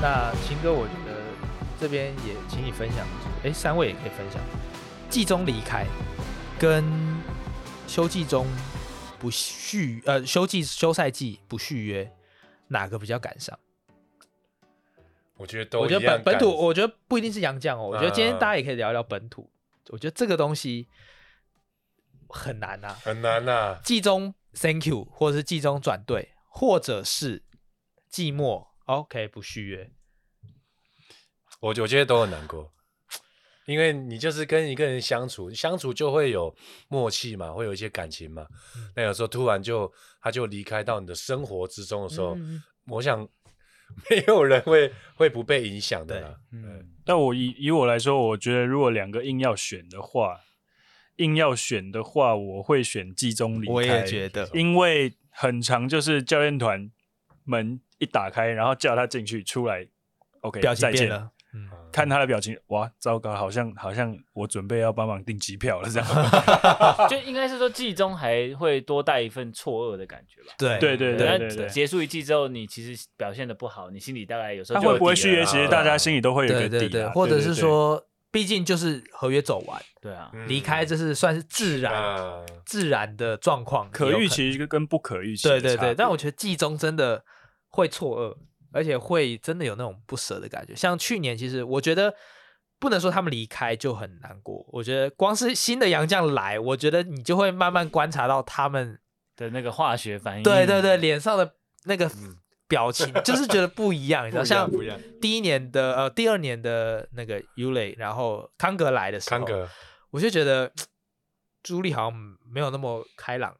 那秦哥，我觉得这边也请你分享，哎，三位也可以分享，季中离开跟休季中不续呃休季休赛季不续约，哪个比较感伤？我觉得都我觉一得样本本感土，我觉得不一定是洋将哦，我觉得今天嗯大家也可以聊聊本土，我觉得这个东西很难啊。很难呐、季中 Thank you，或者是季中转队，或者是季末 OK 不续约，我我觉得都很难过，因为你就是跟一个人相处，相处就会有默契嘛，会有一些感情嘛。嗯那有时候突然就他就离开到你的生活之中的时候，嗯我想没有人会 会不被影响的啦。嗯，嗯，但我以以我来说，我觉得如果两个硬要选的话，硬要选的话，我会选季中离开。我也觉得因为很长，就是教练团门一打开，然后叫他进去，出来，OK，表情再变见。了，嗯，看他的表情，哇，糟糕，好像好像我准备要帮忙订机票了 这样。啊就应该是说季中还会多带一份错愕的感觉吧。对对对对对那对，结束一季之后，你其实表现的不好，你心里大概有时他候就有会不会底续约，了啦其实大家心里都会有一个啊对对底对，啊，或者是对，说，毕竟就是合约走完对啊，嗯离开，这是算是自然、啊自然的状况，对对也有嗯可预能。期跟跟不可预期的对差别。对对，但我觉得季中真的会错愕，而且会真的有那种不舍的感觉。像去年，其实我觉得不能说他们离开就很难过，我觉得光是新的洋将来，我觉得你就会慢慢观察到他们，的那个化学反应。对对对，脸上的那个表情，就是觉得不一样，你知道，像不一样第一年的呃第二年的那个 u l 然后康格来的时候，康哥，我就觉得朱莉好像没有那么开朗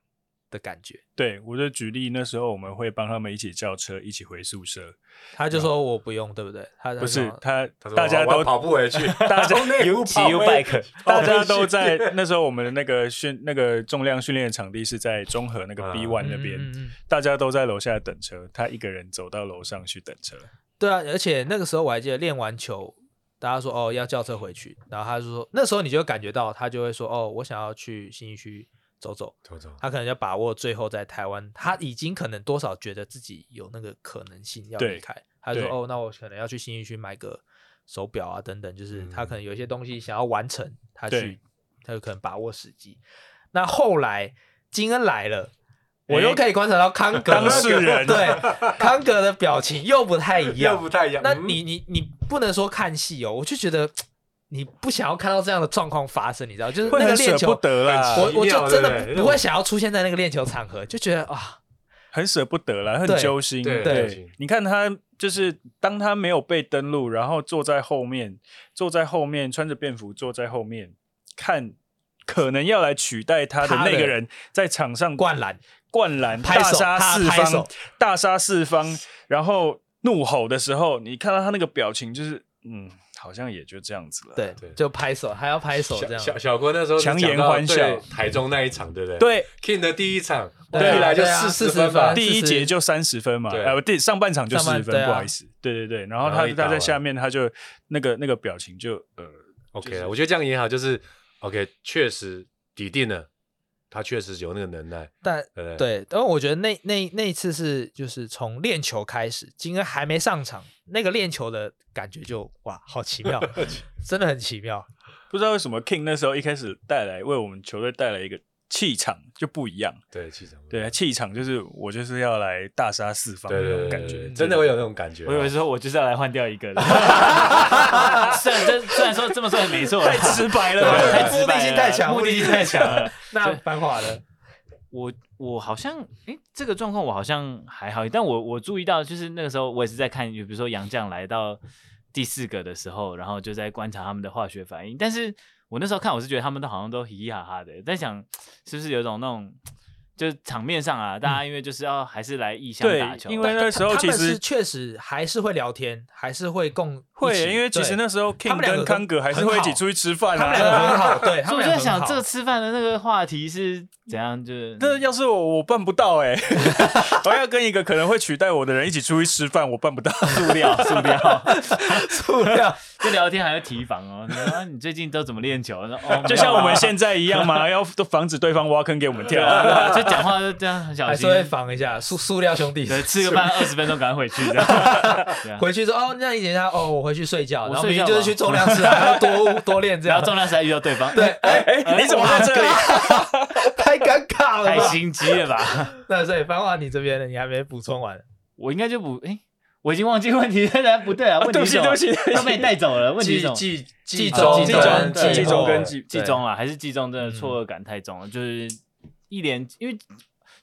的感觉。对，我就举例，那时候我们会帮他们一起叫车，一起回宿舍。他就说我不用，对不对？他他不是说他他，说大家我都要跑步 回去，哦 大家从内湖骑跑回 U bike，大家都 在那时候我们的那个训那个重量训练的场地是在中和那个啊 B One 那边，嗯嗯嗯嗯大家都在楼下等车，他一个人走到楼上去等车。对啊，而且那个时候我还记得练完球，大家说哦要叫车回去，然后他就说那时候你就感觉到他就会说哦我想要去新一区走走，走走，他可能要把握最后在台湾，他已经可能多少觉得自己有那个可能性要对离开，他就说对哦那我可能要去新一区买个手表啊等等，就是他嗯可能有一些东西想要完成，他去对他就可能把握时机。那后来金恩来了。我诶又可以观察到 康格当事人对康格的表情又不太一 样又，不太一样。那嗯你你你不能说看戏哦，我就觉得你不想要看到这样的状况发生，你知道，就是会那个很练舍不球，得啦，我我奇妙就真对不的对不不会想要出现在那个练球场合，就觉得啊，很舍不得啦，很对揪心。对对揪心你看他就是当他没有被登录，然后坐在后面，坐在后面穿着便服坐在后面看。可能要来取代他的他的那个人，在场上灌篮，灌篮，拍大手杀他四拍方手，大杀四方，然后怒吼的时候，你看到他那个表情，就是嗯，好像也就这样子了。对对，就拍手，还要拍手这小样，小小郭那时候是强颜讲到欢笑对台中那一场，对不对？对， ，King 的第一场，对啊一来就对啊四40分吧分，第一40节就三十分嘛，对呃，第上半场就上四半十分，对啊不好意思，对对对，然后然他后一打他在完下面他就那个那个表情就呃 OK 就是了，我觉得这样也好，就是 OK，确实抵定了，他确实有那个能耐，但对不对？对，但我觉得那那那一次是就是从练球开始，金恩还没上场，那个练球的感觉就哇，好奇妙，真的很奇妙，不知道为什么 King 那时候一开始带来为我们球队带来一个气场就不一样，对，气场，对，气场就是我就是要来大杀四方的对那对种对感对觉对，，真的会有那种感觉。啊我以为说我就是要来换掉一个 的。虽然这虽然说这么说也没错啦，太直白了吧。太直白了目的性太强，目的性太强了。那繁华的，我我好像诶，这个状况我好像还好，但我我注意到就是那个时候我也是在看，比如说杨绛来到第四个的时候，然后就在观察他们的化学反应。但是我那时候看，我是觉得他们都好像都嘻嘻哈哈的，在想是不是有种那种就是场面上啊，大家因为就是要还是来异乡对打球，因为那时候他其们实是确实还是会聊天，还是会共会一起耶，因为其实对那时候 King 他们两跟个康格还是会一起出去，去吃饭他们两个啊。很好，对，他们所以我两就个在想很好这个吃饭的那个话题是怎样，就是那要是我，我办不到哎、 我要跟一个可能会取代我的人一起出去吃饭，我办不到。塑料塑料。塑料，就聊天还会提防哦。然后你最近都怎么练球？然 后哦， 就像我们现现在一样 嘛，要都防止对啊方挖坑给我们跳。 啊就讲话就这样很小还是心，啊会防一下 塑塑料兄弟。对，吃个饭二十分钟赶快回去 这样。对啊回去说哦，那你等一下哦，我回去睡觉，我然后睡明天觉就是吧去重量室啊，还要多多练这然样后。重量赛遇到对方，对，，哎、哎，你怎么在这里？ 太尴尬了太吧？心机了吧？ 那所以番话你这边呢，你还没补充完，我应该就不哎，我已经忘记问题了，不对啊，问对题不是起，什对不？起，对么他不被起。带走了，问题是季什么？啊季季中季跟中啊季中跟季嗯季中啦，啊还是季中真的错愕感太重了，就是一连因为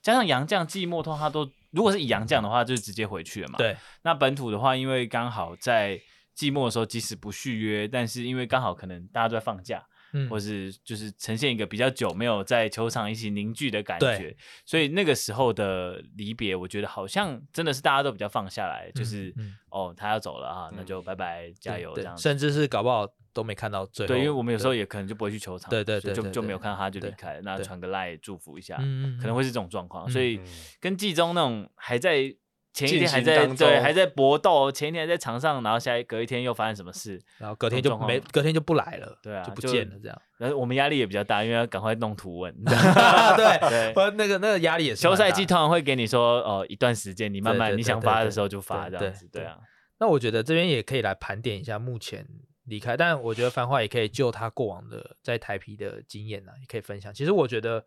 加上杨绛、季末通，他都如果是以杨绛的话，就直接回去了嘛。对，那本土的话，因为刚好在季末的时候，即使不续约，但是因为刚好可能大家都在放假，嗯或是就是呈现一个比较久没有在球场一起凝聚的感对觉，所以那个时候的离别，我觉得好像真的是大家都比较放下来，就是、嗯哦他要走了啊，那嗯就拜拜，加油这对样子。甚至是搞不好都没看到最后。对，因为我们有时候也可能就不会去球场，对对所以对就对就没有对看到他就离对开了，那对传个 line 祝福一下，嗯，嗯嗯可能会是这种状况，所以嗯跟季中那种还在前一进天行还在当中对还在搏斗，前一天还在场上，然后下一隔一天又发生什么事，然后隔天就这种没，状况隔天就不来了，对啊就不就见了这样。然后我们压力也比较大，因为要赶快弄图文。 对对不然那个那个压力也是。球赛季，通常会给你说，哦，一段时间你慢对对慢对你想发的时候就发对这对样子，对对啊，那我觉得这边也可以来盘点一下目前离开，但我觉得繁花也可以就他过往的在台皮的经验呢、啊也可以分享。其实我觉得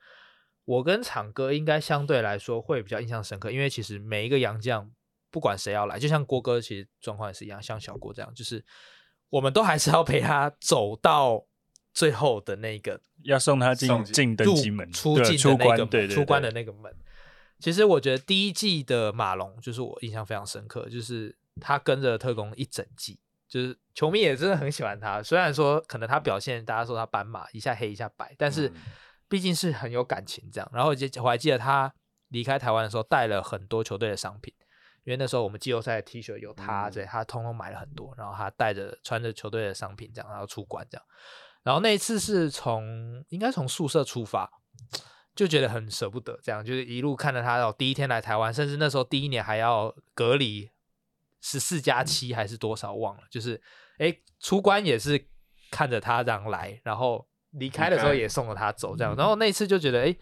我跟场哥应该相对来说会比较印象深刻，因为其实每一个洋将不管谁要来，就像郭哥其实状况也是一样，像小郭这样，就是我们都还是要陪他走到最后的那个要送他进送进进登入机门，出对境出的那关，个对对，出关对的那个门。其实我觉得第一季的马龙就是我印象非常深刻，就是他跟着特工一整季，就是球迷也真的很喜欢他。虽然说可能他表现大家说他斑马一下黑一下白，但是嗯毕竟是很有感情这样。然后我记我还记得他离开台湾的时候带了很多球队的商品，因为那时候我们季后赛的 T 恤有他，嗯对他通通买了很多，然后他带着穿着球队的商品这样，然后出关这样。然后那一次是从应该从宿舍出发，就觉得很舍不得，这样就是一路看着他到第一天来台湾，甚至那时候第一年还要隔离十四加七还是多少忘了，就是诶出关也是看着他这样来，然后离开的时候离开嗯也送了他走这样，然后那一次就觉得诶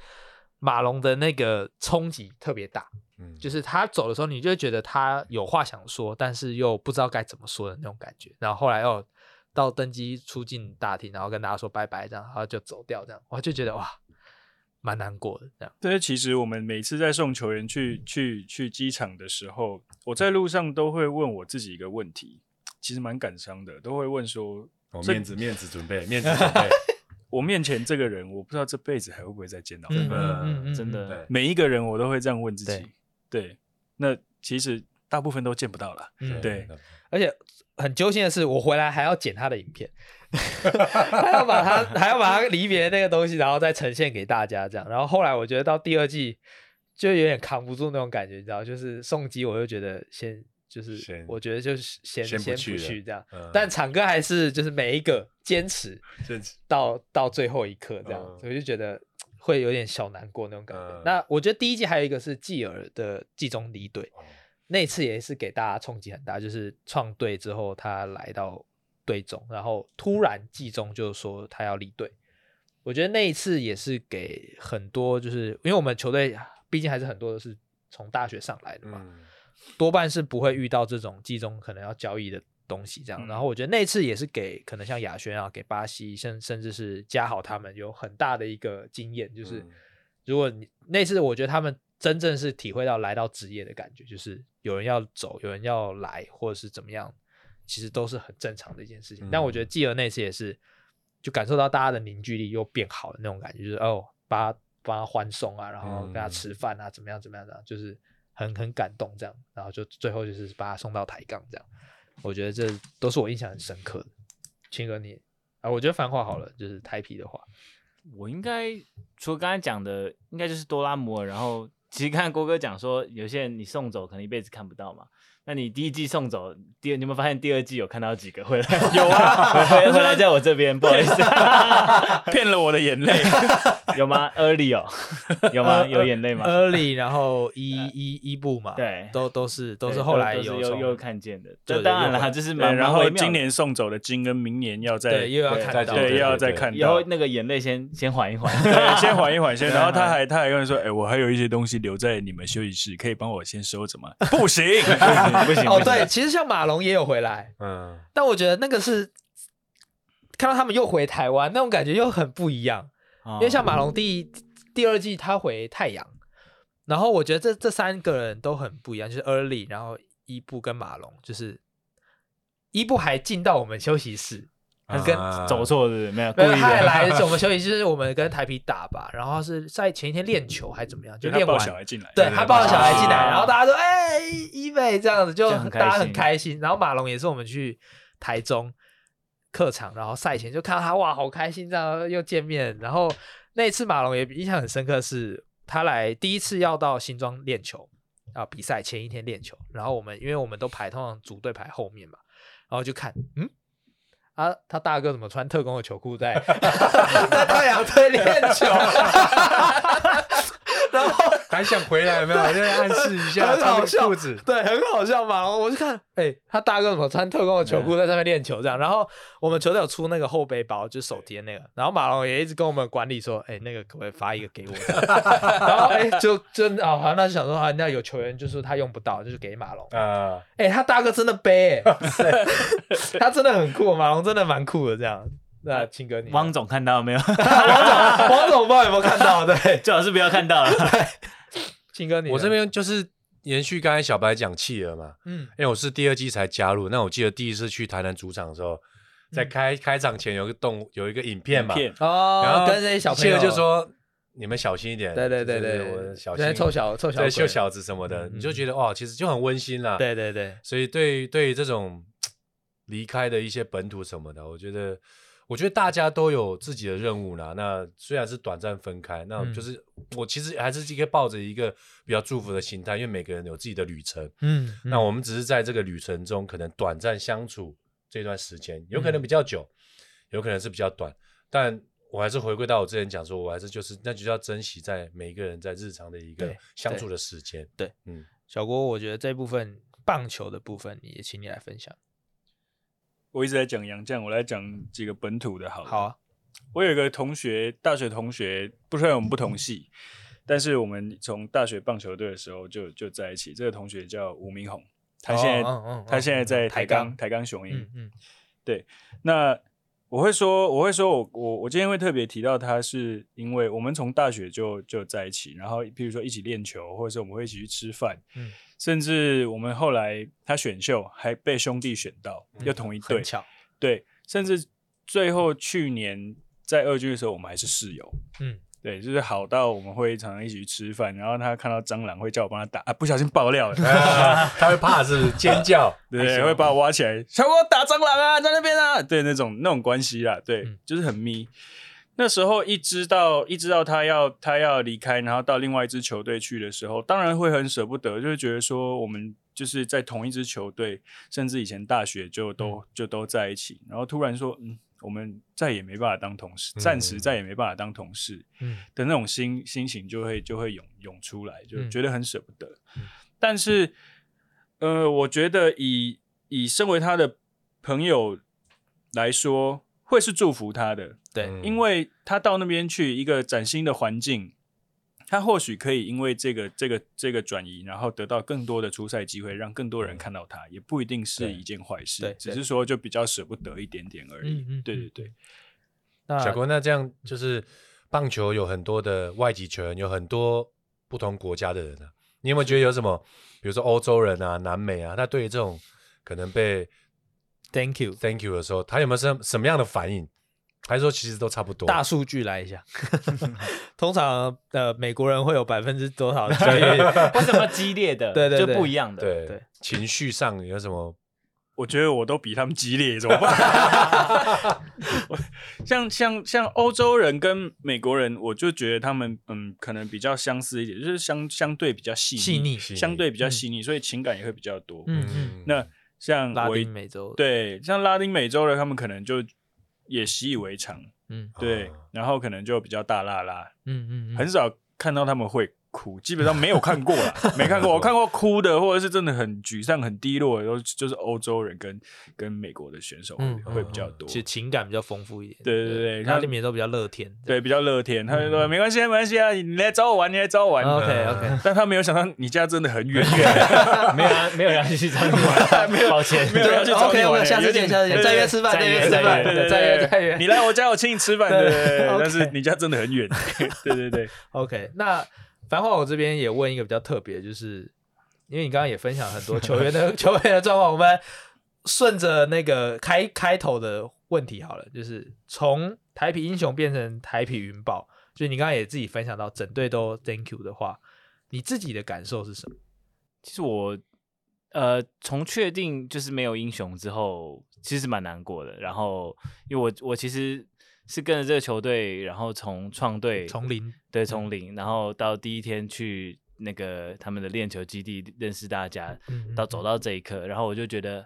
马龙的那个冲击特别大，嗯就是他走的时候，你就会觉得他有话想说，但是又不知道该怎么说的那种感觉。然后后来哦，到登机出境大厅，然后跟大家说拜拜，这样，然后就走掉，这样，我就觉得哇，蛮难过的。这样，但是其实我们每次在送球员去去去机场的时候，我在路上都会问我自己一个问题，其实蛮感伤的，都会问说，哦这面子面子 准备面子准备，我面前这个人，我不知道这辈子还会不会再见到他。嗯嗯嗯真 的对，每一个人我都会这样问自己。对，那其实大部分都见不到了。嗯对而且很揪心的是，我回来还要剪他的影片，还要把他还要把他离别的那个东西，然后再呈现给大家这样。然后后来我觉得到第二季就有点扛不住那种感觉，你知道，就是送机我就觉得先就是先我觉得就是先先不不去了去这样， 嗯但场哥还是就是每一个坚持这次到到最后一刻这样，嗯所以我就觉得。会有点小难过那种感觉。嗯那我觉得第一季还有一个是继儿的季中离队，哦那一次也是给大家冲击很大，就是创队之后他来到队中，然后突然季中就说他要离队。我觉得那一次也是给很多，就是因为我们球队毕竟还是很多都是从大学上来的嘛，嗯多半是不会遇到这种季中可能要交易的东西这样。嗯然后我觉得那一次也是给可能像亚轩啊，给巴西，甚甚至是嘉豪他们有很大的一个经验，就是。嗯如果你那次，我觉得他们真正是体会到来到职业的感觉，就是有人要走，有人要来，或者是怎么样，其实都是很正常的一件事情。但我觉得继儿那次也是，就感受到大家的凝聚力又变好了那种感觉，就是哦，把他帮他欢送啊，然后跟他嗯吃饭啊，怎么样怎么样的，就是很很感动这样，然后就最后就是把他送到抬杠这样。我觉得这都是我印象很深刻的。青哥你啊，我觉得繁话好了，就是台皮的话，我应该除了刚才讲的，应该就是多拉摩尔，然后其实看郭哥讲说，有些人你送走可能一辈子看不到嘛，那你第一季送走，第二你有没有发现第二季有看到几个 回来？有啊，回来回来在我这边，不好意 思，骗了我的眼泪。有吗？Early 哦，有吗？有眼泪吗？ ？Early，然 后一一一部嘛，对都都是都是对后来都是有又从又看见的。对这对当然又了，看就是蛮对，然蛮微后妙的今年送走的金跟明年要再对又要看再到讲对，对要对再对看以到后。那个眼泪先先缓一缓。对，先 缓一缓先。对然后他还他还跟我说：“哎、我还有一些东西留在你们休息室，可以帮我先收着吗？”不行， 不行 哦，对，其实像马龙也有回来，嗯，但我觉得那个是看到他们又回台湾，那种感觉又很不一样。哦因为像马龙第一第二季他回太阳，然后我觉得这这三个人都很不一样，就是 Early，然后伊布跟马龙，就是伊布还进到我们休息室，他跟啊走错是没有故没意有他也的。 来我们休息室，我们跟台皮打吧，然后是在前一天练球还怎么样，就就练他完抱。小孩进来，对他抱着小孩进来，啊然后大家说：“哎、伊美这样子，就这样很开大家很心开心。”然后马龙也是我们去台中客场，然后赛前就看到他哇，好开心，这样又见面。然后那一次马龙也印象很深刻是，他来第一次要到新庄练球啊，比赛前一天练球，然后我们因为我们都排通常组队排后面嘛，然后就看嗯。啊，他大哥怎么穿特工的球裤在 在太阳队练球？然后 还想回来有没有？我在暗示一下，很好笑穿裤子， 对，很好笑嘛。我就看，哎、他大哥怎么穿特工的球裤在上面练球这样？然后我们球队有出那个后背包，就是手贴那个。然后马龙也一直跟我们管理说，哎、那个可不可以发一个给我？ 然后哎、就真的哦，好像那就想说啊，那有球员就说他用不到，就是给马龙。啊，哎、他大哥真的 背、哎他真的很酷，马龙真的蛮酷的这样。那青哥你呢，汪总看到没 有？ 王王总不知道有没有看到？对，最好是不要看到 了。青哥你呢我这，边就是延续刚才小白讲企鹅嘛，嗯，哎因为我是第二季才加入，那我记得第一次去台南主场的时候，在开开场前有一个动有一个嗯影片嘛，骗哦，然后跟那些小朋友企鹅就说你们小心一点，对对对就是对，我小在那心凑小凑小对，鬼秀小子什么的，嗯嗯你就觉得哇，其实就很温馨啦。，对对对，所以对于对于这种嘖离开的一些本土什么的，我觉得，我觉得大家都有自己的任务啦。那虽然是短暂分开，那嗯就是、我其实还是一个抱着一个比较祝福的心态，因为每个人有自己的旅程。嗯，那我们只是在这个旅程中，可能短暂相处这段时间，有嗯可能比较久，有可能是比较短，但我还是回归到我之前讲说，我还是就是那就要珍惜在每一个人在日常的一个对相对处的时间。对，嗯，小郭，我觉得这部分棒球的部分也请你来分享。我一直在讲洋将，我来讲几个本土的好了好啊，我有一个同学，大学同学，不虽然我们不同系，但是我们从大学棒球队的时候就就在一起。这个同学叫吴明宏，他现在、哦嗯嗯嗯他现在在台台钢钢台钢雄鹰。嗯嗯那我会说，我会说我我我今天会特别提到他，是因为我们从大学就就在一起，然后譬如说一起练球，或者是我们会一起去吃饭，嗯，甚至我们后来他选秀还被兄弟选到，又同一队嗯很，巧，对，甚至最后去年在二军的时候，我们还是室友。嗯，对，就是好到我们会常常一起去吃饭，然后他看到蟑螂会叫我帮他打，啊，不小心爆料了，啊他会怕是不是尖 叫？对，会把我挖起来，小郭打蟑螂啊，在那边啊，对，那种那种关系啦，对，嗯就是很咪。那时候一知道一知道他要他要离开，然后到另外一支球队去的时候，当然会很舍不得，就会觉得说我们就是在同一支球队，甚至以前大学就都、就都在一起，然后突然说，嗯，我们再也没办法当同事，嗯暂时再也没办法当同事，嗯的那种心心情就会就会涌涌出来，就嗯觉得很舍不得。嗯但是，呃，我觉得以以身为他的朋友来说，会是祝福他的，对，嗯因为他到那边去一个崭新的环境，他或许可以因为这个这个这个转移，然后得到更多的出赛机会，让更多人看到他，也不一定是对一件嗯坏对事，只对是说就比较舍不得一点点而已。嗯嗯对对嗯对。那小郭，那这样就是棒球有很多的外籍球员，有很多不同国家的人啊。你有没有觉得有什么，比如说欧洲人啊、南美啊，他对于这种可能被 Thank you， thank you 的时候，他有没有什什么样的反应？还是说其实都差不多？大数据来一下。通常呃，美国人会有百分之多少的几率？ 为什么激烈的？对对对就不一样的。对对情绪上有什么我觉得我都比他们激烈，怎么 办？我像像像欧洲人跟美国人，我就觉得他们嗯，可能比较相似一点，就是相相对比较细细腻细腻相对比较细腻，所以情感也会比较多。嗯嗯，那像拉我一丁美洲，，对像拉丁美洲的，他们可能就也习以为常，嗯对，啊然后可能就比较大辣辣，嗯嗯，很少看到他们会哭，基本上没有看 过啦，没看过。我看过哭的，或者是真的很沮丧、很低落的，都就是欧洲人跟跟美国的选手会,、嗯比较多其，实情感比较丰富一点。对对对拉像丁美洲比较乐天。对，比较乐天。他就说、没关系啊，没关系啊，你来找我玩，你来找我玩。嗯哦，OK OK，但他没有想到你家真的很 远，远没有 啊没有人要去唱玩， 没有，抱歉，没有要去找你 OK，玩我的，下次有点见，下次见，再约吃饭，再再约约吃饭，对对再约再约你。来我家，我请你吃饭，对对对对 OK 但是你家真的很远， 对对对， OK，那繁华我这边也问一个比较特别，就是因为你刚刚也分享很多球员的 球员的状况，我们顺着那个开开头的问题好了，就是从台皮英雄变成台皮云豹，就是你刚刚也自己分享到整队都 Thank you 的话，你自己的感受是什么？其实我呃，从确定就是没有英雄之后，其实蛮难过的。然后，因为我我其实是跟着这个球队，然后从创队从零对从零，然后到第一天去那个他们的练球基地认识大家，嗯到走到这一刻，然后我就觉得，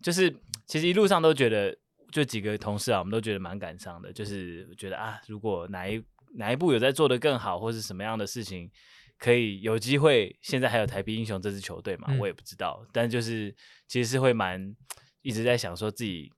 就是其实一路上都觉得，就几个同事啊，我们都觉得蛮感伤的，就是觉得啊，如果哪一哪一步有在做得更好，或是什么样的事情，可以有机会，现在还有台币英雄这支球队嘛，嗯我也不知道，但就是其实是会蛮一直在想说自己。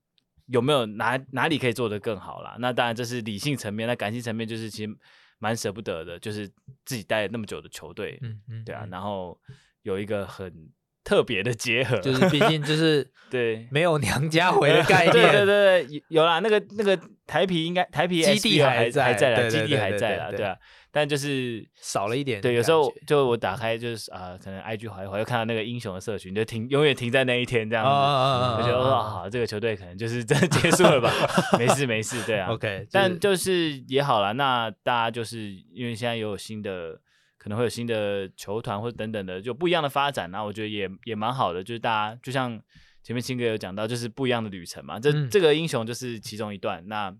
有没有哪哪里可以做得更好啦？那当然这是理性层面，那感性层面就是其实蛮舍不得的，就是自己待了那么久的球队，嗯嗯对啊，嗯然后有一个很特别的结合，就是毕竟就是对。没有娘家回的 概念，对对对对，有啦，那个那个台皮应该台皮基地 SBL 还还在还在啦，对对基地对还对在对啦，对对啊，但就是少了一点对，有感时候觉就我打开就是啊，可能 IG 滑一滑，又看到那个英雄的社群，就停永远停在那一天这样啊啊子，啊啊啊我觉得啊哇，好这个球队可能就是真的结束了吧， 没事没 事，对啊 OK，但就是也好啦，那大家就是因为现在也有新的，可能会有新的球团或者等等的，就不一样的发展那我觉得也也蛮好的，就是大家就像前面青哥有讲到，就是不一样的旅程嘛。这、嗯这个英雄就是其中一段。那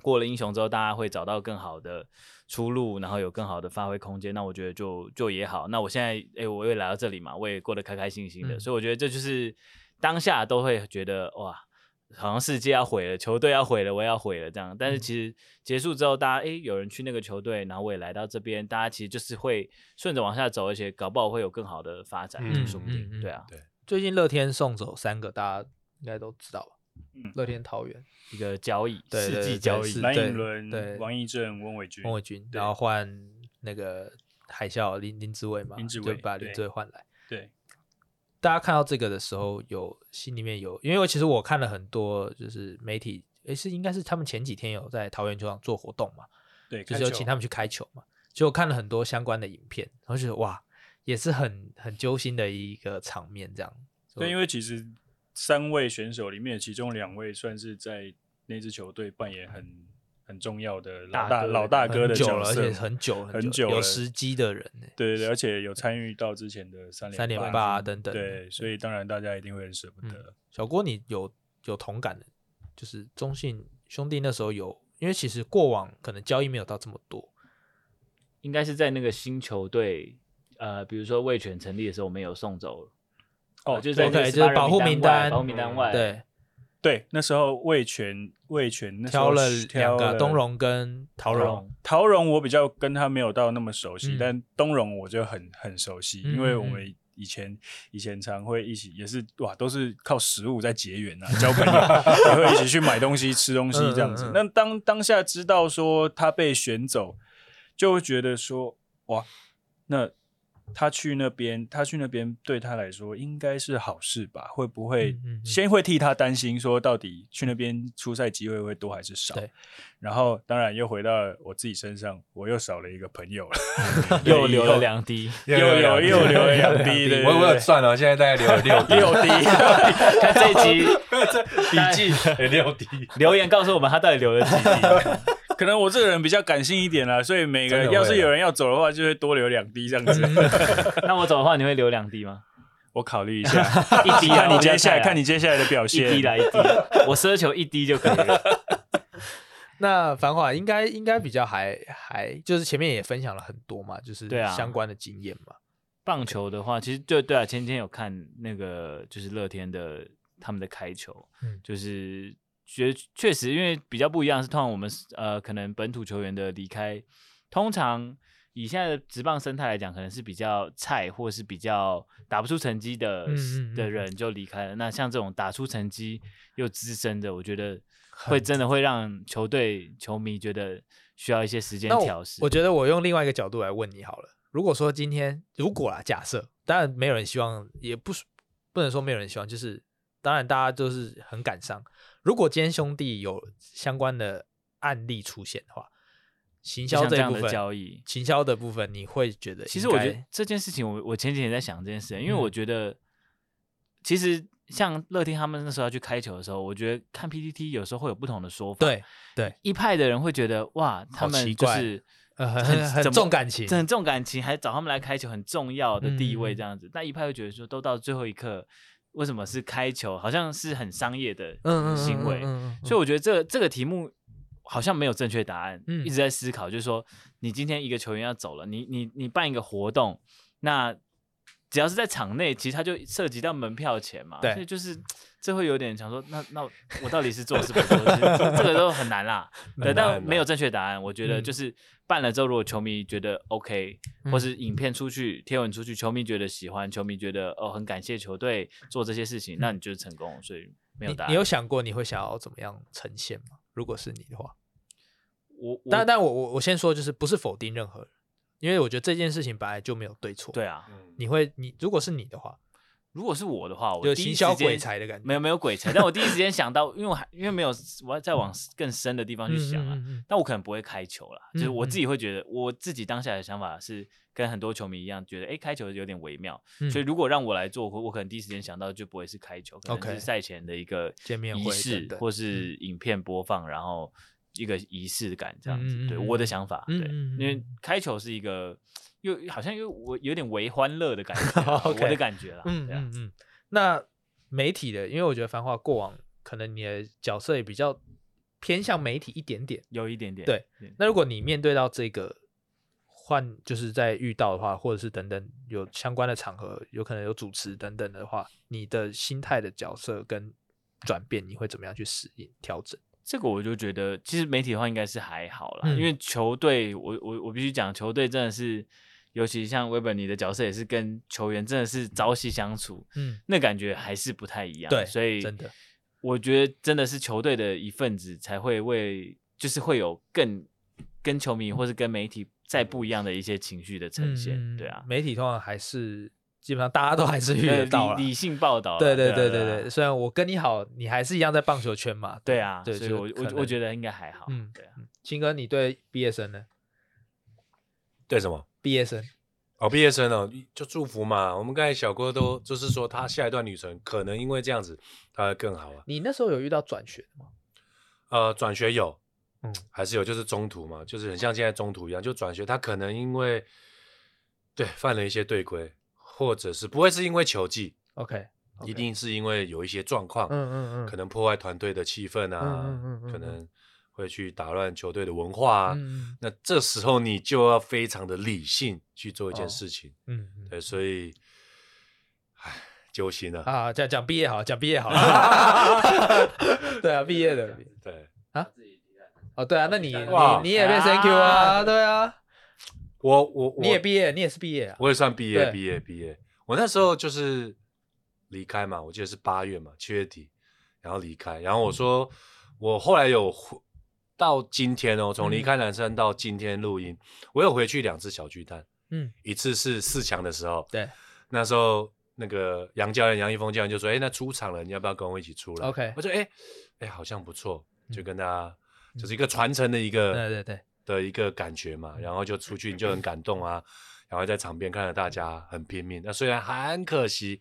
过了英雄之后，大家会找到更好的出路，然后有更好的发挥空间。那我觉得就就也好。那我现在哎，我也来到这里嘛，我也过得开开心心的，嗯所以我觉得这就是当下都会觉得哇，好像世界要毁了，球队要毁了，我也要毁了这样。但是嗯其实结束之后，大家诶、有人去那个球队，然后我也来到这边，大家其实就是会顺着往下走，而且搞不好会有更好的发展，嗯说不定。嗯嗯对啊，最近乐天送走三个，大家应该都知道吧？嗯乐天桃园、一个交易，对对世对纪交对是易，蓝对颖伦对、王义正、翁伟君孟，伟君，然后换那个海啸林林志伟嘛，林志就伟把林对志伟换来。对，大家看到这个的时候，有心里面有，因为我其实我看了很多，就是媒体，诶，是应该是他们前几天有在桃园球场做活动嘛，对，就开是有球请他们去开球嘛，就看了很多相关的影片，然后觉得哇，也是很很揪心的一个场面，这样。对，因为为其实三位选手里面，其中两位算是在那支球队扮演很很重要的老大大哥老大哥的久角了，而色，且很久很久久有了时机的人呢。对对对，而且有参与到之前的三三连连霸等等的。嗯对，所以当然大家一定会很舍不得。小郭，你有有同感的，就是中信兄弟那时候有，因为其实过往可能交易没有到这么多，应该是在那个新球队，呃，比如说魏权成立的时候，我们有 送走，哦，就是在对那个 OK，就是18人保护名名单外保护名单外，对，对，那时候魏权魏权那时挑候了两挑个了东。荣跟陶包荣，容，陶荣我比较跟他没有到那么熟悉，嗯但东荣我就很很熟悉，嗯因为我嗯嗯们以前以前常会一起，也是哇，都是靠食物在结缘啊， 交朋友，也会一起去买东西、吃东西这样子嗯嗯嗯。那当当下知道说他被选走，就会觉得说哇，那他去那边，他去那边对他来说应该是好事吧？会不嗯会嗯嗯先会替他担心，说到底去那边出赛机会会多还是少对？然后当然又回到我自己身上，我又少了一个朋友了，嗯 又对流以后了两滴，又有又流了两滴，对，我我有对算了，现在大概留了六滴，对 六滴，看这一 集笔记也六滴，留言告诉我们他到底流了几滴，可能我这个人比较感性一点啦，所以每个真的人会啊嗯要是有人要走的话，就会多流两滴这样子。那我走的话，你会流两滴吗？我考虑一下， 一滴啊看你接下我现在来啊看你接下来的表一现。滴来一滴，我奢求一滴就可以了。那繁华应该应该比较还还就是前面也分享了很多嘛，就是对啊相关的经验嘛。棒球的话，其实对对啊，前几天有看那个就是乐天的他们的开球，嗯就是觉得确实因为比较不一样，是通常我们呃可能本土球员的离开，通常以现在的职棒生态来讲，可能是比较菜或是比较打不出成绩的嗯嗯嗯的人就离开了。那像这种打出成绩又资深的，我觉得会真的会让球队球迷觉得需要一些时间那调我试。我觉得我用另外一个角度来问你好了，如果说今天如果啦，假设当然没有人希望，也不是不能说没有人希望，就是当然大家都是很感伤。如果今天兄弟有相关的案例出现的话，行就销像这一样部的分交易，行销的部分，你会觉得其实我觉应得该这件事情我，我前几天也在想这件事，因为嗯我觉得其实像乐天他们那时候要去开球的时候，我觉得看 PPT 有时候会有不同的说法。，对，对一派的人会觉得哇，他奇们就怪是呃很很很怎么重感情，很重感情，还找他们来开球很重要的地位嗯这样子。那、一派会觉得说，都到最后一刻，为什么是开球？好像是很商业的嗯嗯行为。嗯嗯嗯所以我觉得这这个题目好像没有正确答案，嗯一直在思考，就是说你今天一个球员要走了，你你你办一个活动，那只要是在场内，其实它就涉及到门票钱嘛，对所以就是这会有点想说，那那我到底是做是不做，这这个都很 难啦，对，很难很但难没有正确答案，我觉得就是办了之后，如果球迷觉得 OK，、嗯或是影片出去、贴文出去，球迷觉得喜欢，球迷觉得哦很感谢球队做这些事情，那你就是成功，所以没嗯有你答案。你有想过你会想要怎么样呈现吗？如果是你的话，我我但但我我我先说，就是不是否定任何人，因为我觉得这件事情本来就没有对错。对，啊，你会你如果是你的话，如果是我的话，我就第一行时销间鬼才的感觉，没有没有鬼才，但我第一时间想到，因为我还因为没有我要再往更深的地方去想啊，嗯嗯嗯嗯但我可能不会开球啦，就是我嗯嗯自己会觉得，我自己当下的想法是跟很多球迷一样，觉得哎、诶开球有点微妙，嗯所以如果让我来做，我我可能第一时间想到就不会是开球，可 OK 能是赛前的一个见面仪会式，等等嗯或是影片播放，然后一个仪式感这样子。嗯嗯嗯对嗯我的想法，嗯对，嗯嗯因为嗯开球是一个又好像又我有点微欢乐的感觉 啊 OK 我的感觉啦，嗯对啊嗯嗯。那媒体的，因为我觉得繁华过往可能你的角色也比较偏向媒体一点点。有一点点对。那如果你面对到这个换，就是在遇到的话，或者是等等有相关的场合，有可能有主持等等的话，你的心态的角色跟转变，你会怎么样去适应调整？这个我就觉得，其实媒体的话应该是还好啦，嗯因为球队，我我我必须讲，球队真的是，尤其像威本你的角色也是跟球员真的是朝夕相处，嗯，那感觉还是不太一样。对所以真的，我觉得真的是球队的一份子才会为，就是会有更跟球迷或是跟媒体再不一样的一些情绪的呈现，嗯对啊，媒体通常还是基本上大家都还呃是遇得对到了。理理性报道啦，对对啊对啊对对，虽然我跟你好，你还是一样在棒球圈嘛。对啊，对，所以我就可我能我觉得应该还好，嗯对啊。青哥，你对毕业生呢？对什么？毕业生，哦，毕业生哦，就祝福嘛。我们刚才小郭都就是说，他下一段旅程可能因为这样子，他会更好啊。你那时候有遇到转学吗？呃，转学有，嗯嗯，还是有，就是中途嘛，就是很像现在中途一样，就转学，他可能因为对犯了一些队规，或者是不会是因为球技 OK，一，定是因为有一些状况，嗯嗯嗯，可能破坏团队的气氛啊，嗯嗯嗯嗯可嗯能会去打乱球队的文化啊。嗯那这时候你就要非常的理性去做一哦件事情，嗯嗯对，所以，唉，揪心了。啊，讲讲毕业好，讲毕业好了， 对啊，毕业的，对，哦，对啊，那你你哇你也被 Thank you 啊，对啊，我我我你也毕业，你也是毕业啊，我也算毕业，对毕业，毕业。我那时候就是离开嘛，我记得是八月嘛，七月底，然后离开。嗯然后我说，我后来有回到今天哦，嗯从离开南山到今天录音，我有回去两次小巨蛋，嗯，一次是四强的时候，对那时候那个杨教练杨一峰教练就说：“哎、那出场了，你要不要跟我一起出来 OK 我说：“哎、哎、好像不错。”就跟大家、嗯就是一个传承的一个对对对，的一个感觉嘛，然后就出去你就很感动啊，然后在场边看着大家很拼命，那虽然很可惜，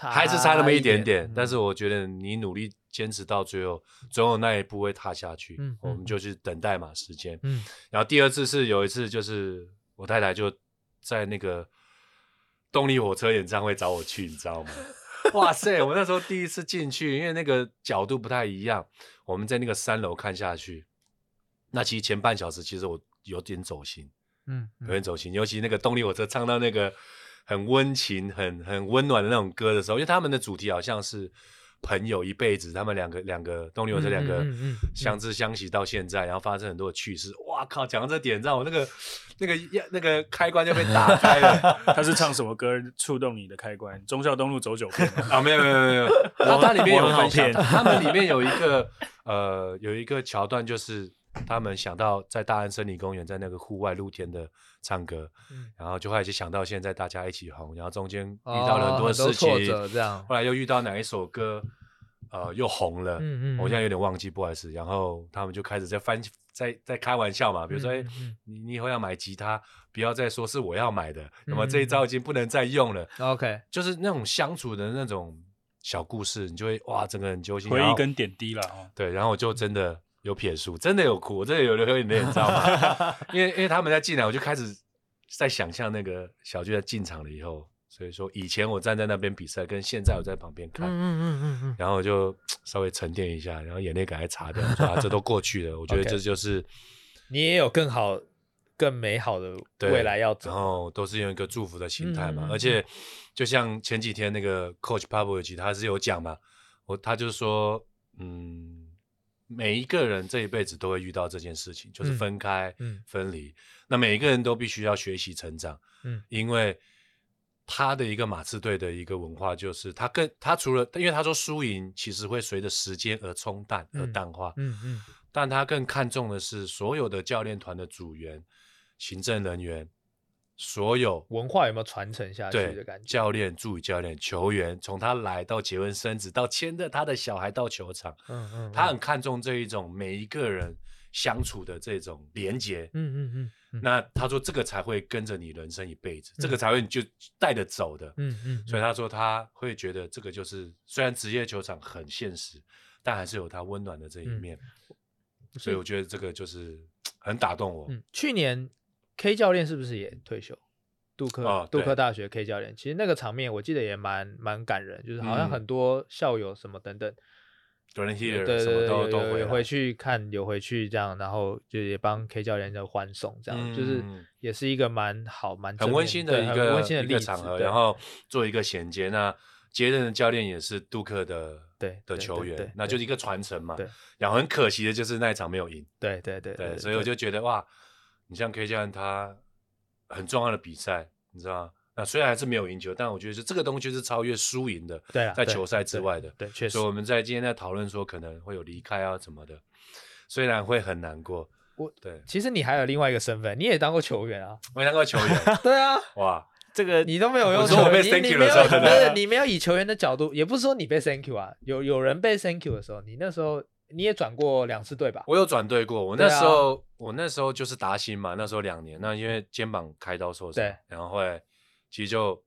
还是差那么一点点，嗯但是我觉得你努力坚持到最后，总有那一步会踏下去。嗯我们就去等待嘛，时间。嗯然后第二次是有一次，就是我太太就在那个动力火车演唱会找我去，你知道吗？ 哇塞！我那时候第一次进去，因为那个角度不太一样，我们在那个三楼看下去。那其实前半小时，其实我有点走心，嗯，嗯有点走心，尤其那个动力火车唱到那个很温情、很很温暖的那种歌的时候，因为他们的主题好像是朋友一辈子，他们两个两个动力火车嗯两个嗯嗯嗯相知相惜到现在，然后发生很多的趣事。哇靠！讲到这点，让我那个那个那个开关就被打开了。 他是唱什么歌触动你的开关？忠孝东路走九遍 吗啊，没有没有没有，然后它里面有分享，我很好骗啊他们里面有一个呃有一个桥段，就是他们想到在大安森林公园在那个户外露天的唱歌，嗯然后就开始想到现在大家一起红，然后中间遇到了哦很多很多事情，挫折这样后来又遇到哪一首歌，呃，又红了，嗯嗯我现嗯在有点忘记，不好意思。然后他们就开始在翻在在开玩笑嘛，比如说，哎、嗯嗯嗯你你以后要买吉他，不要再说是我要买的，那么嗯哦这一招已经不能再用了。 OK，就是那种相处的那种小故事，你就会哇，整个人揪心。回然忆后跟点滴啦。哦对，然后我就真的有撇书，真的有哭，我真的有流眼泪，你知道吗？ 因为因为他们在进来，我就开始在想象那个小巨蛋进场了以后，所以说以前我站在那边比赛，跟现在我在旁边看，嗯嗯然后我就稍微沉淀一下，然后眼泪赶快擦掉，说、啊、这都过去了。我觉得 OK 这就是你也有更好、更美好的对未来要然走。后都是用一个祝福的心态嗯嘛。嗯嗯而且就像前几天那个 Coach Pablo 他是有讲嘛，我他就说，嗯，每一个人这一辈子都会遇到这件事情，就是嗯分开、嗯分离。那每一个人都必须要学习成长，嗯因为他的一个马刺队的一个文化就是，他更他除了因为他说输赢其实会随着时间而冲淡、嗯而淡化，嗯嗯但他更看重的是所有的教练团的组员、行政人员，所有文化有没有传承下去的对感觉？教练、助理教练、球员，从他来到结婚生子，到牵着他的小孩到球场，嗯嗯，他嗯很看重这一种每一个人相处的这种连结。嗯嗯嗯，那他说这个才会跟着你人生一辈子，这个才会你就带着走的。嗯嗯，所以以他说他会觉得这个就是，虽然职业球场很现实，但还是有他温暖的这一嗯面。所以我觉得这个就是很打动我。嗯，去年 K 教练是不是也退休？杜克、哦杜对克大学 K 教练，其实那个场面我记得也蛮蛮感人，就是好像嗯很多校友什么等等， d o r a n 对 Healer 对什对，么有都啊都有回有来回去看，有回去这样，然后就也帮 K 教练就欢送，这样、就是嗯也是一个蛮好蛮正很面温馨的对一很个温馨的一例个子场合，对然后做一个衔接。那接任的教练也是杜克的对的对球对对员，那就对是一个传承嘛对。然后很可惜的就是那一场没有赢，对对对对，所以我就觉得哇，你像 K 教练他很重要的比赛，你知道吗？那虽然还是没有赢球，但我觉得是这个东西是超越输赢的，对啊在对球赛之对外的。对确实所以我们在今天在讨论说可能会有离开啊什么的，虽然会很难过，我对，其实你还有另外一个身份，你也当过球员啊。我当过 球员，对啊，哇，这个你都没有用我球说我被你 thank 你 you 没的有时候真不的是你没有以球员的角度，也不是说你被 thank you 啊，有有人被 thank you 的时候，你那时候你也转过两次队吧？我有转队过，我对那啊时候、我那时候就是达新嘛，那时候两年，那因为肩膀开刀受伤对，然后后来其实就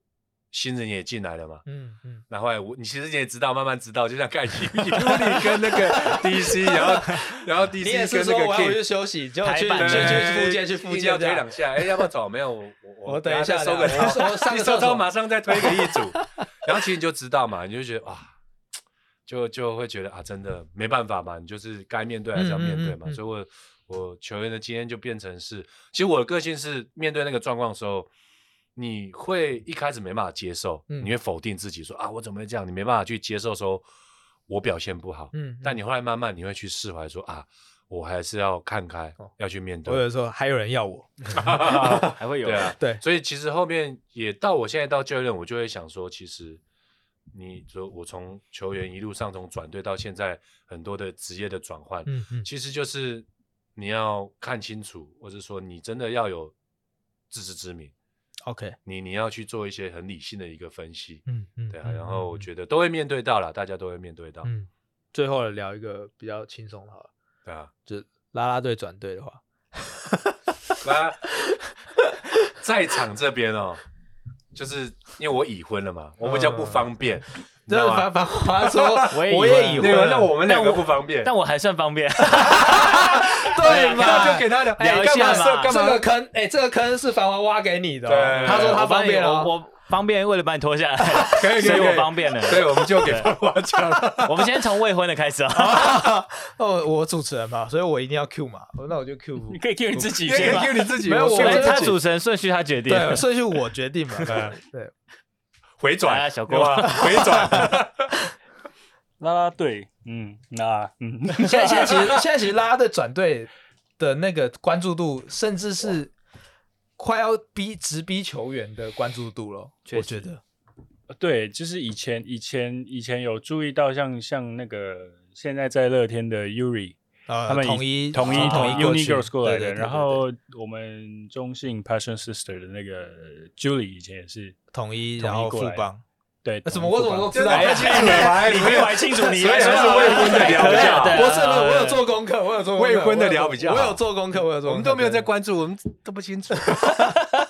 新人也进来了嘛。嗯嗯，然后后来我，你其实你也知道，慢慢知道，就像盖奇、尤里跟那个 DC，然后然后 DC 你也是跟说我那个要回去 King，休息，就台去去版对去复健去复一定要健这推样两。下，哎，要不要走？没 有，我我我等一下再收个等一下招，我 上个厕一所收招马上再推个一 组，然后其实你就知道嘛，你就觉得啊，就就会觉得啊，真的没办法嘛，你就是该面对还是要面对嘛。嗯嗯嗯嗯所以我我球员的经验就变成是，其实我的个性是面对那个状况的时候，你会一开始没办法接受，嗯你会否定自己说啊，我怎么会这样？你没办法去接受说我表现不好，嗯，但你后来慢慢你会去释怀说啊。我还是要看开，要去面对。哦我有时候还有人要我，还会有对啊，对所以其实后面也到我现在到教练，我就会想说，其实你说我从球员一路上从转队到现在很多的职业的转换，嗯嗯其实就是你要看清楚，或者说你真的要有自知之明， ，OK，你你要去做一些很理性的一个分析，嗯嗯，对啊，然后我觉得都会面对到了，大家都会面对到得，嗯，最后聊一个比较轻松的好了，对啊，就是拉拉队转队的话，那在场这边哦，就是因为我已婚了嘛，我比较不方便，你这知道吗樊樊华说我也 以我为啊也已对婚吧了，那我们两个但我不方便，但我还算方便， 对那嘛就？给他聊哎聊一下嘛干嘛设干这嘛个坑，哎、这个坑是樊华挖给你的哦、 对他说他方便我了我哦，我方便为了把你拖下来，啊可以所可以以可我以方便了。所以我们就给爸爸讲 了。我们先从未婚的开始啊。 哦，我主持人嘛，所以我一定要 Q 嘛，哦那我就 Q。你可以 Q 你自己你可以先吧。 Q 你自己，没有我说们自哎己他主持人顺序他决定。对，顺序我决定嘛。嗯对，回来啊转，小郭对吧回 转。啦啦队，嗯，那嗯，现在现在其实现在其实拉拉队转队的那个关注度，甚至是快要逼直逼球员的关注度了。确我实觉得，对，就是以前以前以前有注意到像像那个现在在乐天的 Yuri，呃，他们以统一统一从统一过 Uni 去 Girls 过来对对对的，对然后我们中信 Passion Sister 的那个 Julie 以前也是统一，统然一后过副来嗯棒。对呃，怎么我怎么都知道？真的啊我太清楚了吧你没有还清楚，你所哎以还还说是是未婚的聊一可以啊下，不是不是，我有做功课，我有做功课未婚的聊比较我好有做功课，我有做功课，我们都没有在对。关注，我们都不清楚。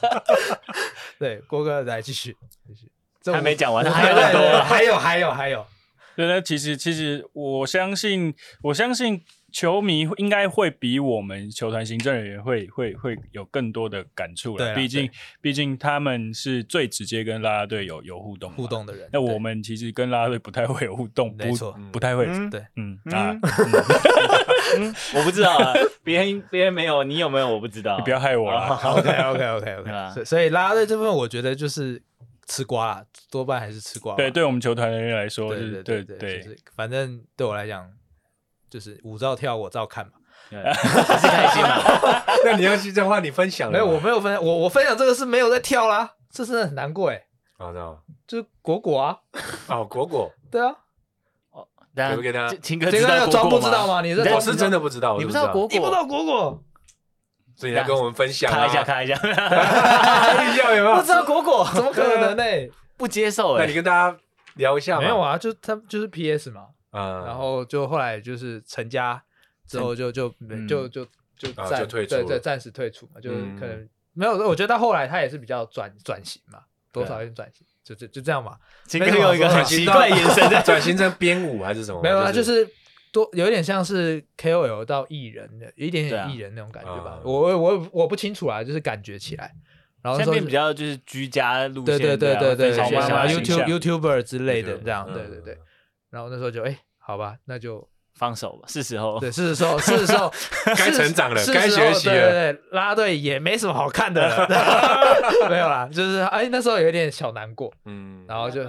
对，郭哥来继续，继续。这还我没讲完我还有更多啊还有还有还有，对，那其实其实我相信，我相信球迷应该会比我们球团行政人员会会会有更多的感触对了。啊毕竟对毕竟他们是最直接跟啦啦队有有互动嘛互。动的人。那对我们其实跟啦啦队不太会有互动，没不错不太会。嗯对嗯嗯啊，我不知道啊，别人别人没有，你有没有？我不知道。你不要害我 啦。啊好啊 OK OK OK 对啊 OK，所所以啦啦队这部分我觉得就是吃瓜啦，多半还是吃瓜吧。对，对我们球团人员来说哦对是，对对对对，就是反正对我来讲，就是舞照跳我照看嘛。对还是开心嘛。 那你要去这话，你分享 没了有，吗？我没有分享，我我分享这个是没有在跳啦，这真的很难过哎，好的就是果果啊，哦，果果，对啊，等下给不给他这秦哥这知个道要装不知道吗？吗？你这我装是真的，不知道，你不知我道果你不知果？道果果， 所以你要跟我们分享啊咔一下，，咔一下， 一下有没不有知？道果果，怎么可能呢？不接受那哎你。跟大家聊一下嘛没有，啊，就他就是 PS 嘛，嗯，然后就后来就是成家之后就就没嗯就就就啊暂就退出对对了暂时退出嘛，就是可能嗯没有，我觉得到后来他也是比较转转型嘛，多对啊少有点转型，就就就这样嘛，秦哥有一个很转奇型怪到的眼 神在转型成编舞还哦是什么？没有啊，就是多有点像是 KOL 到艺人的有一点对啊点艺人那种感觉吧啊，我我我我不清楚啊，就是感觉起来，然后现在说变比较就是居家路对线，对对对对，分享对一啊像些小妈妈形 YouTube 象 YouTuber 之类的这样，嗯对对对，然后那时候就哎。好吧，那就放手吧，是时候。对，是时候，是时候，哦 该成长了是该时候学习对了对对，拉拉队也没什么好看的 了，没有啦，就是哎，那时候有点小难过，嗯，然后就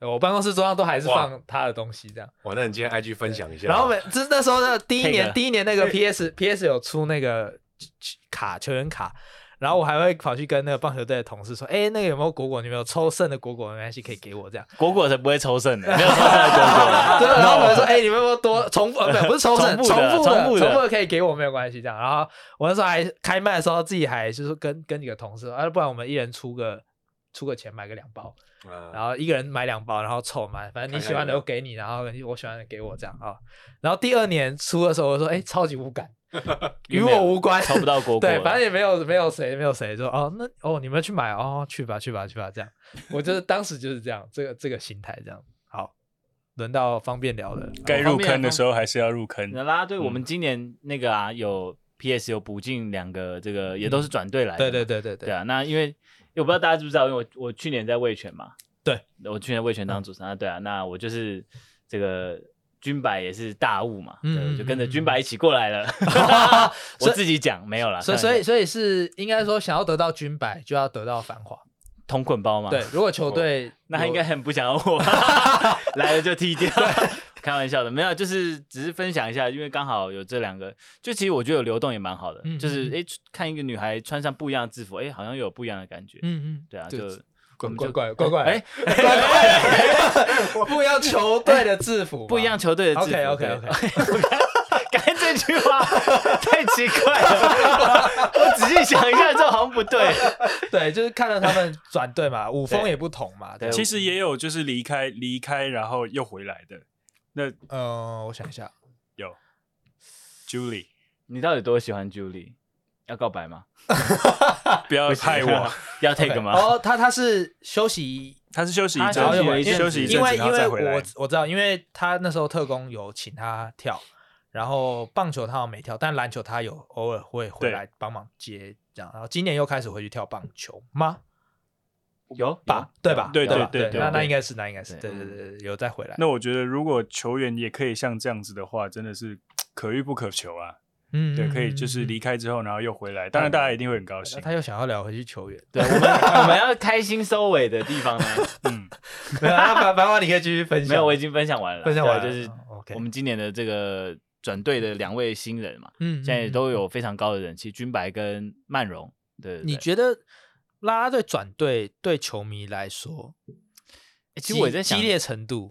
我办公室桌上都还是放他的东西这样。哇，哦那你今天 IG 分享一下，然后每这那时候的第一 Take 年，啊 a- 第一年那个 PS PS 有出那个卡球员卡，然后我还会跑去跟那个棒球队的同事说，哎，那个有没有果果？你们有抽剩的果果没关系，可以给我这样。果果才不会抽剩的，没有 抽剩的果对，果。然后我们说，哎，你们有没有多重复？呃不 是不是重重整，复的复重的，复的重复的可以给我没有关系这样。然后我那时候还开麦的时候，自己还就是跟跟几个同事说，啊，不然我们一人出个出个钱买个两包，然嗯啊，后一个人买两包，然后凑嘛，反正你喜欢的都给你，然后我喜欢的给我这样啊、然后第二年出的时候，我说，哎，超级无 感，与我无关，抽不到果果。对，反正也没有没有谁没有谁说哦，那哦你们去买哦，去吧去吧去吧，这样，我就是当时就是这样，这个这个心态这样。好，轮到方便啊聊了，该入坑的时候还是要入坑。嗯那啦啦队，我嗯们今年那个啊，有 PS 有补进两个，这个也都是转队来的对嘛。对对对对啊，那因为我不知道大家知不知道，因为我我去年在味全嘛，对，嗯我去年味全当主持人，啊对啊，那我就是这个军白也是大雾嘛，嗯对，嗯我就跟着嗯军白一起过来了， 我所以自己讲没有啦，所以所以所以是应该说，想要得到军白，就要得到繁华。同捆包嘛，对，，如果球队、啊哦那他应该很不想要 我来了就踢掉。开玩笑的，没有，就是只是分享一下，因为刚好有这两个，就其实我觉得有流动也蛮好的，嗯就是嗯哎、诶看一个女孩穿上不一样的制服，哎、好像有不一样的感觉，嗯嗯，对啊，就就我怪们怪就怪怪怪，哎、怪 怪，不要球队的制服嘛，不一样球队的制服。 OK，OK，OK 对 刚才这句话太奇怪了，我仔细想一下，这好像不对。对，就是看到他们转队嘛，舞风也不同嘛。对对其实也有就是离开离开然后又回来的，那呃，我想一下，有 Julie，你到底多喜欢 Julie？要告白吗？不要害 我，要 take 吗？哦，他他是休息，他是休息他然一休后息了有阵一子，阵休子息一阵因子，为然后因再为回来我。我知道，因为他那时候特工有请他跳，然后棒球他好像没跳，但篮球他有偶尔会回来帮忙接这样，然后今年又开始回去跳棒球吗？有吧？对吧？对有吧对对对那那对应该是，那应该是，对对嗯对对，对有再回来。那我觉得，如果球员也可以像这样子的话，真的是可遇不可求啊。嗯对，可以就是离开之后，然后又回来，当然大家一定会很高那兴。他又想要聊回去球员， 对，我们我们要开心收尾的地方呢，嗯，没有啊白白话你可以继续分享。没有，我已经分享完了，分享完了对啊就是哦，OK 我们今年的这个转队的两位新人嘛，嗯，嗯现在也嗯都有非常高的人气，君白跟曼荣，对，对你对觉得啦啦队转队对球迷来说，欸其实我也激在想激，烈程度，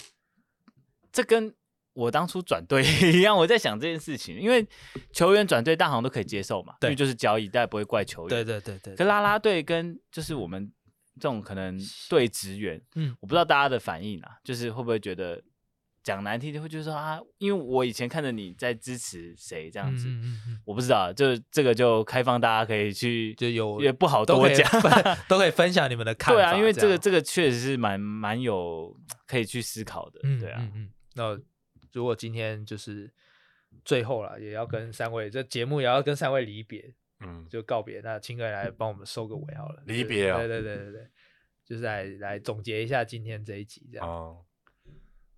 这跟我当初转队 一样，我在想这件事情，因为球员转队大行都可以接受嘛，对因为就是交易，大家不会怪球员。对对对对，可啦啦队跟就是我们这种可能队职员，嗯嗯，我不知道大家的反应啊，就是会不会觉得讲难听的，会觉得说啊，因为我以前看着你在支持谁这这样子，嗯嗯嗯我不知道，啊就这个就开放大家可以去，就有也不好都多可以讲。 分都可以分享你们的看法。 对啊，因为这个样这个确实是蛮蛮有可以去思考的，嗯对啊，嗯嗯，那如果今天就是最后了，也要跟三位这节目也要跟三位离别，嗯，就告别。那青哥来帮我们收个尾好了，离别啊对对对对对，就是来来总结一下今天这一集这样。哦，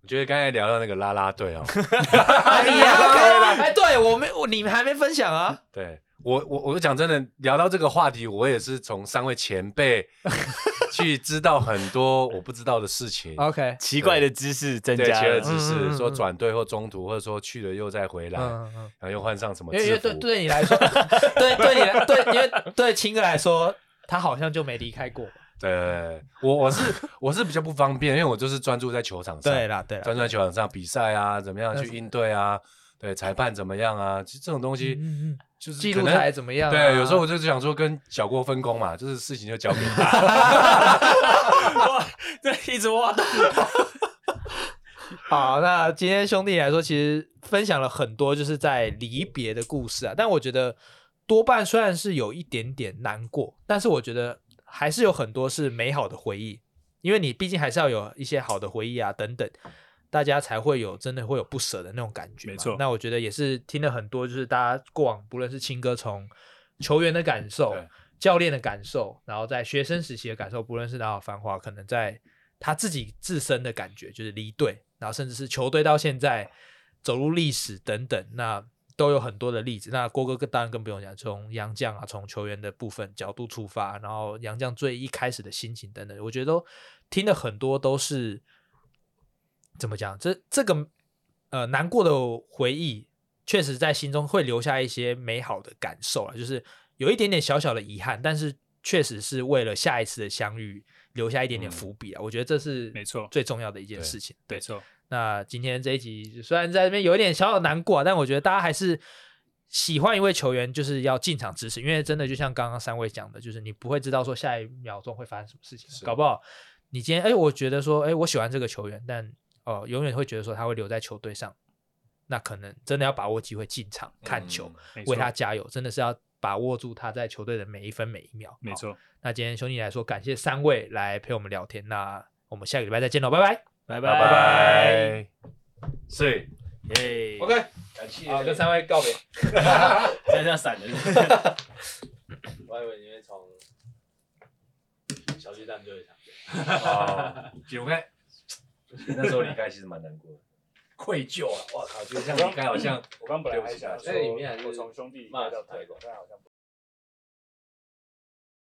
我觉得刚才聊到那个啦啦队哦，哎呀，哎，对我没我你们还没分享啊？对我我我讲真的，聊到这个话题，我也是从三位 前辈去知道很多我不知道的事情。 OK，奇怪的知识增对，加其他了，的嗯知嗯嗯识嗯说转队或中途，或者说去了又再回来，嗯嗯嗯然后又换上什么因为因为制对服。对你来说，对对你来对，因为对青哥来说，他好像就没离开过。对，我我是我是比较不方便，因为我就是专注在球场上，啦，对专注在球场上比赛啊，怎么样但是去应对啊，对裁判怎么样啊，其实这种东西嗯嗯嗯就是记可录能台怎么样啊？对，有时候我就想说跟小郭分工嘛，就是事情就交给他。哇，这一直挖到好，那今天兄弟来说，其实分享了很多就是在离别的故事啊，但我觉得多半虽然是有一点点难过，但是我觉得还是有很多是美好的回忆，因为你毕竟还是要有一些好的回忆啊等等，大家才会有真的会有不舍的那种感觉嘛。没错那我觉得也是听了很多，就是大家过往不论是青哥从球员的嗯感受对、教练的感受，然后在学生时期的感受，不论是哪有繁华，可能在他自己自身的感觉，就是离队，然后甚至是球队到现在走入历史等等，那都有很多的例子。那郭哥更当然更不用讲，从杨将啊，从球员的部分角度出发，然后杨将最一开始的心情等等，我觉得都听了很多都是怎么讲，这这个呃难过的回忆，确实在心中会留下一些美好的感受啊，就是有一点点小小的遗憾，但是确实是为了下一次的相遇留下一点点嗯伏笔啊。我觉得这是没错最重要的一件对事情。没错，那今天这一集虽然在这边有一点小小难过、啊，但我觉得大家还是喜欢一位球员，就是要进场支持，因为真的就像刚刚三位讲的，就是你不会知道说下一秒钟会发生什么事情，啊是搞不好你今天哎，我觉得说哎，我喜欢这个球员，但哦、呃永远会觉得说他会留在球队上，那可能真的要把握机会进场看球，没错为他加油，真的是要把握住他在球队的每一分每一秒。没好，错，那今天兄弟来说，感谢三位来陪我们聊天，那我们下个礼拜再见喽，拜拜。 拜拜拜，是耶 OK，感谢好，跟三位告别。这样这样闪的。我以为你会从小巨蛋就会哦，九开，那时候离开其实蛮难过的，愧疚啊！我靠，就这样离开好像我刚本来还想对不起啊说这里面还是我从兄弟骂到台台狗狗，但好像不。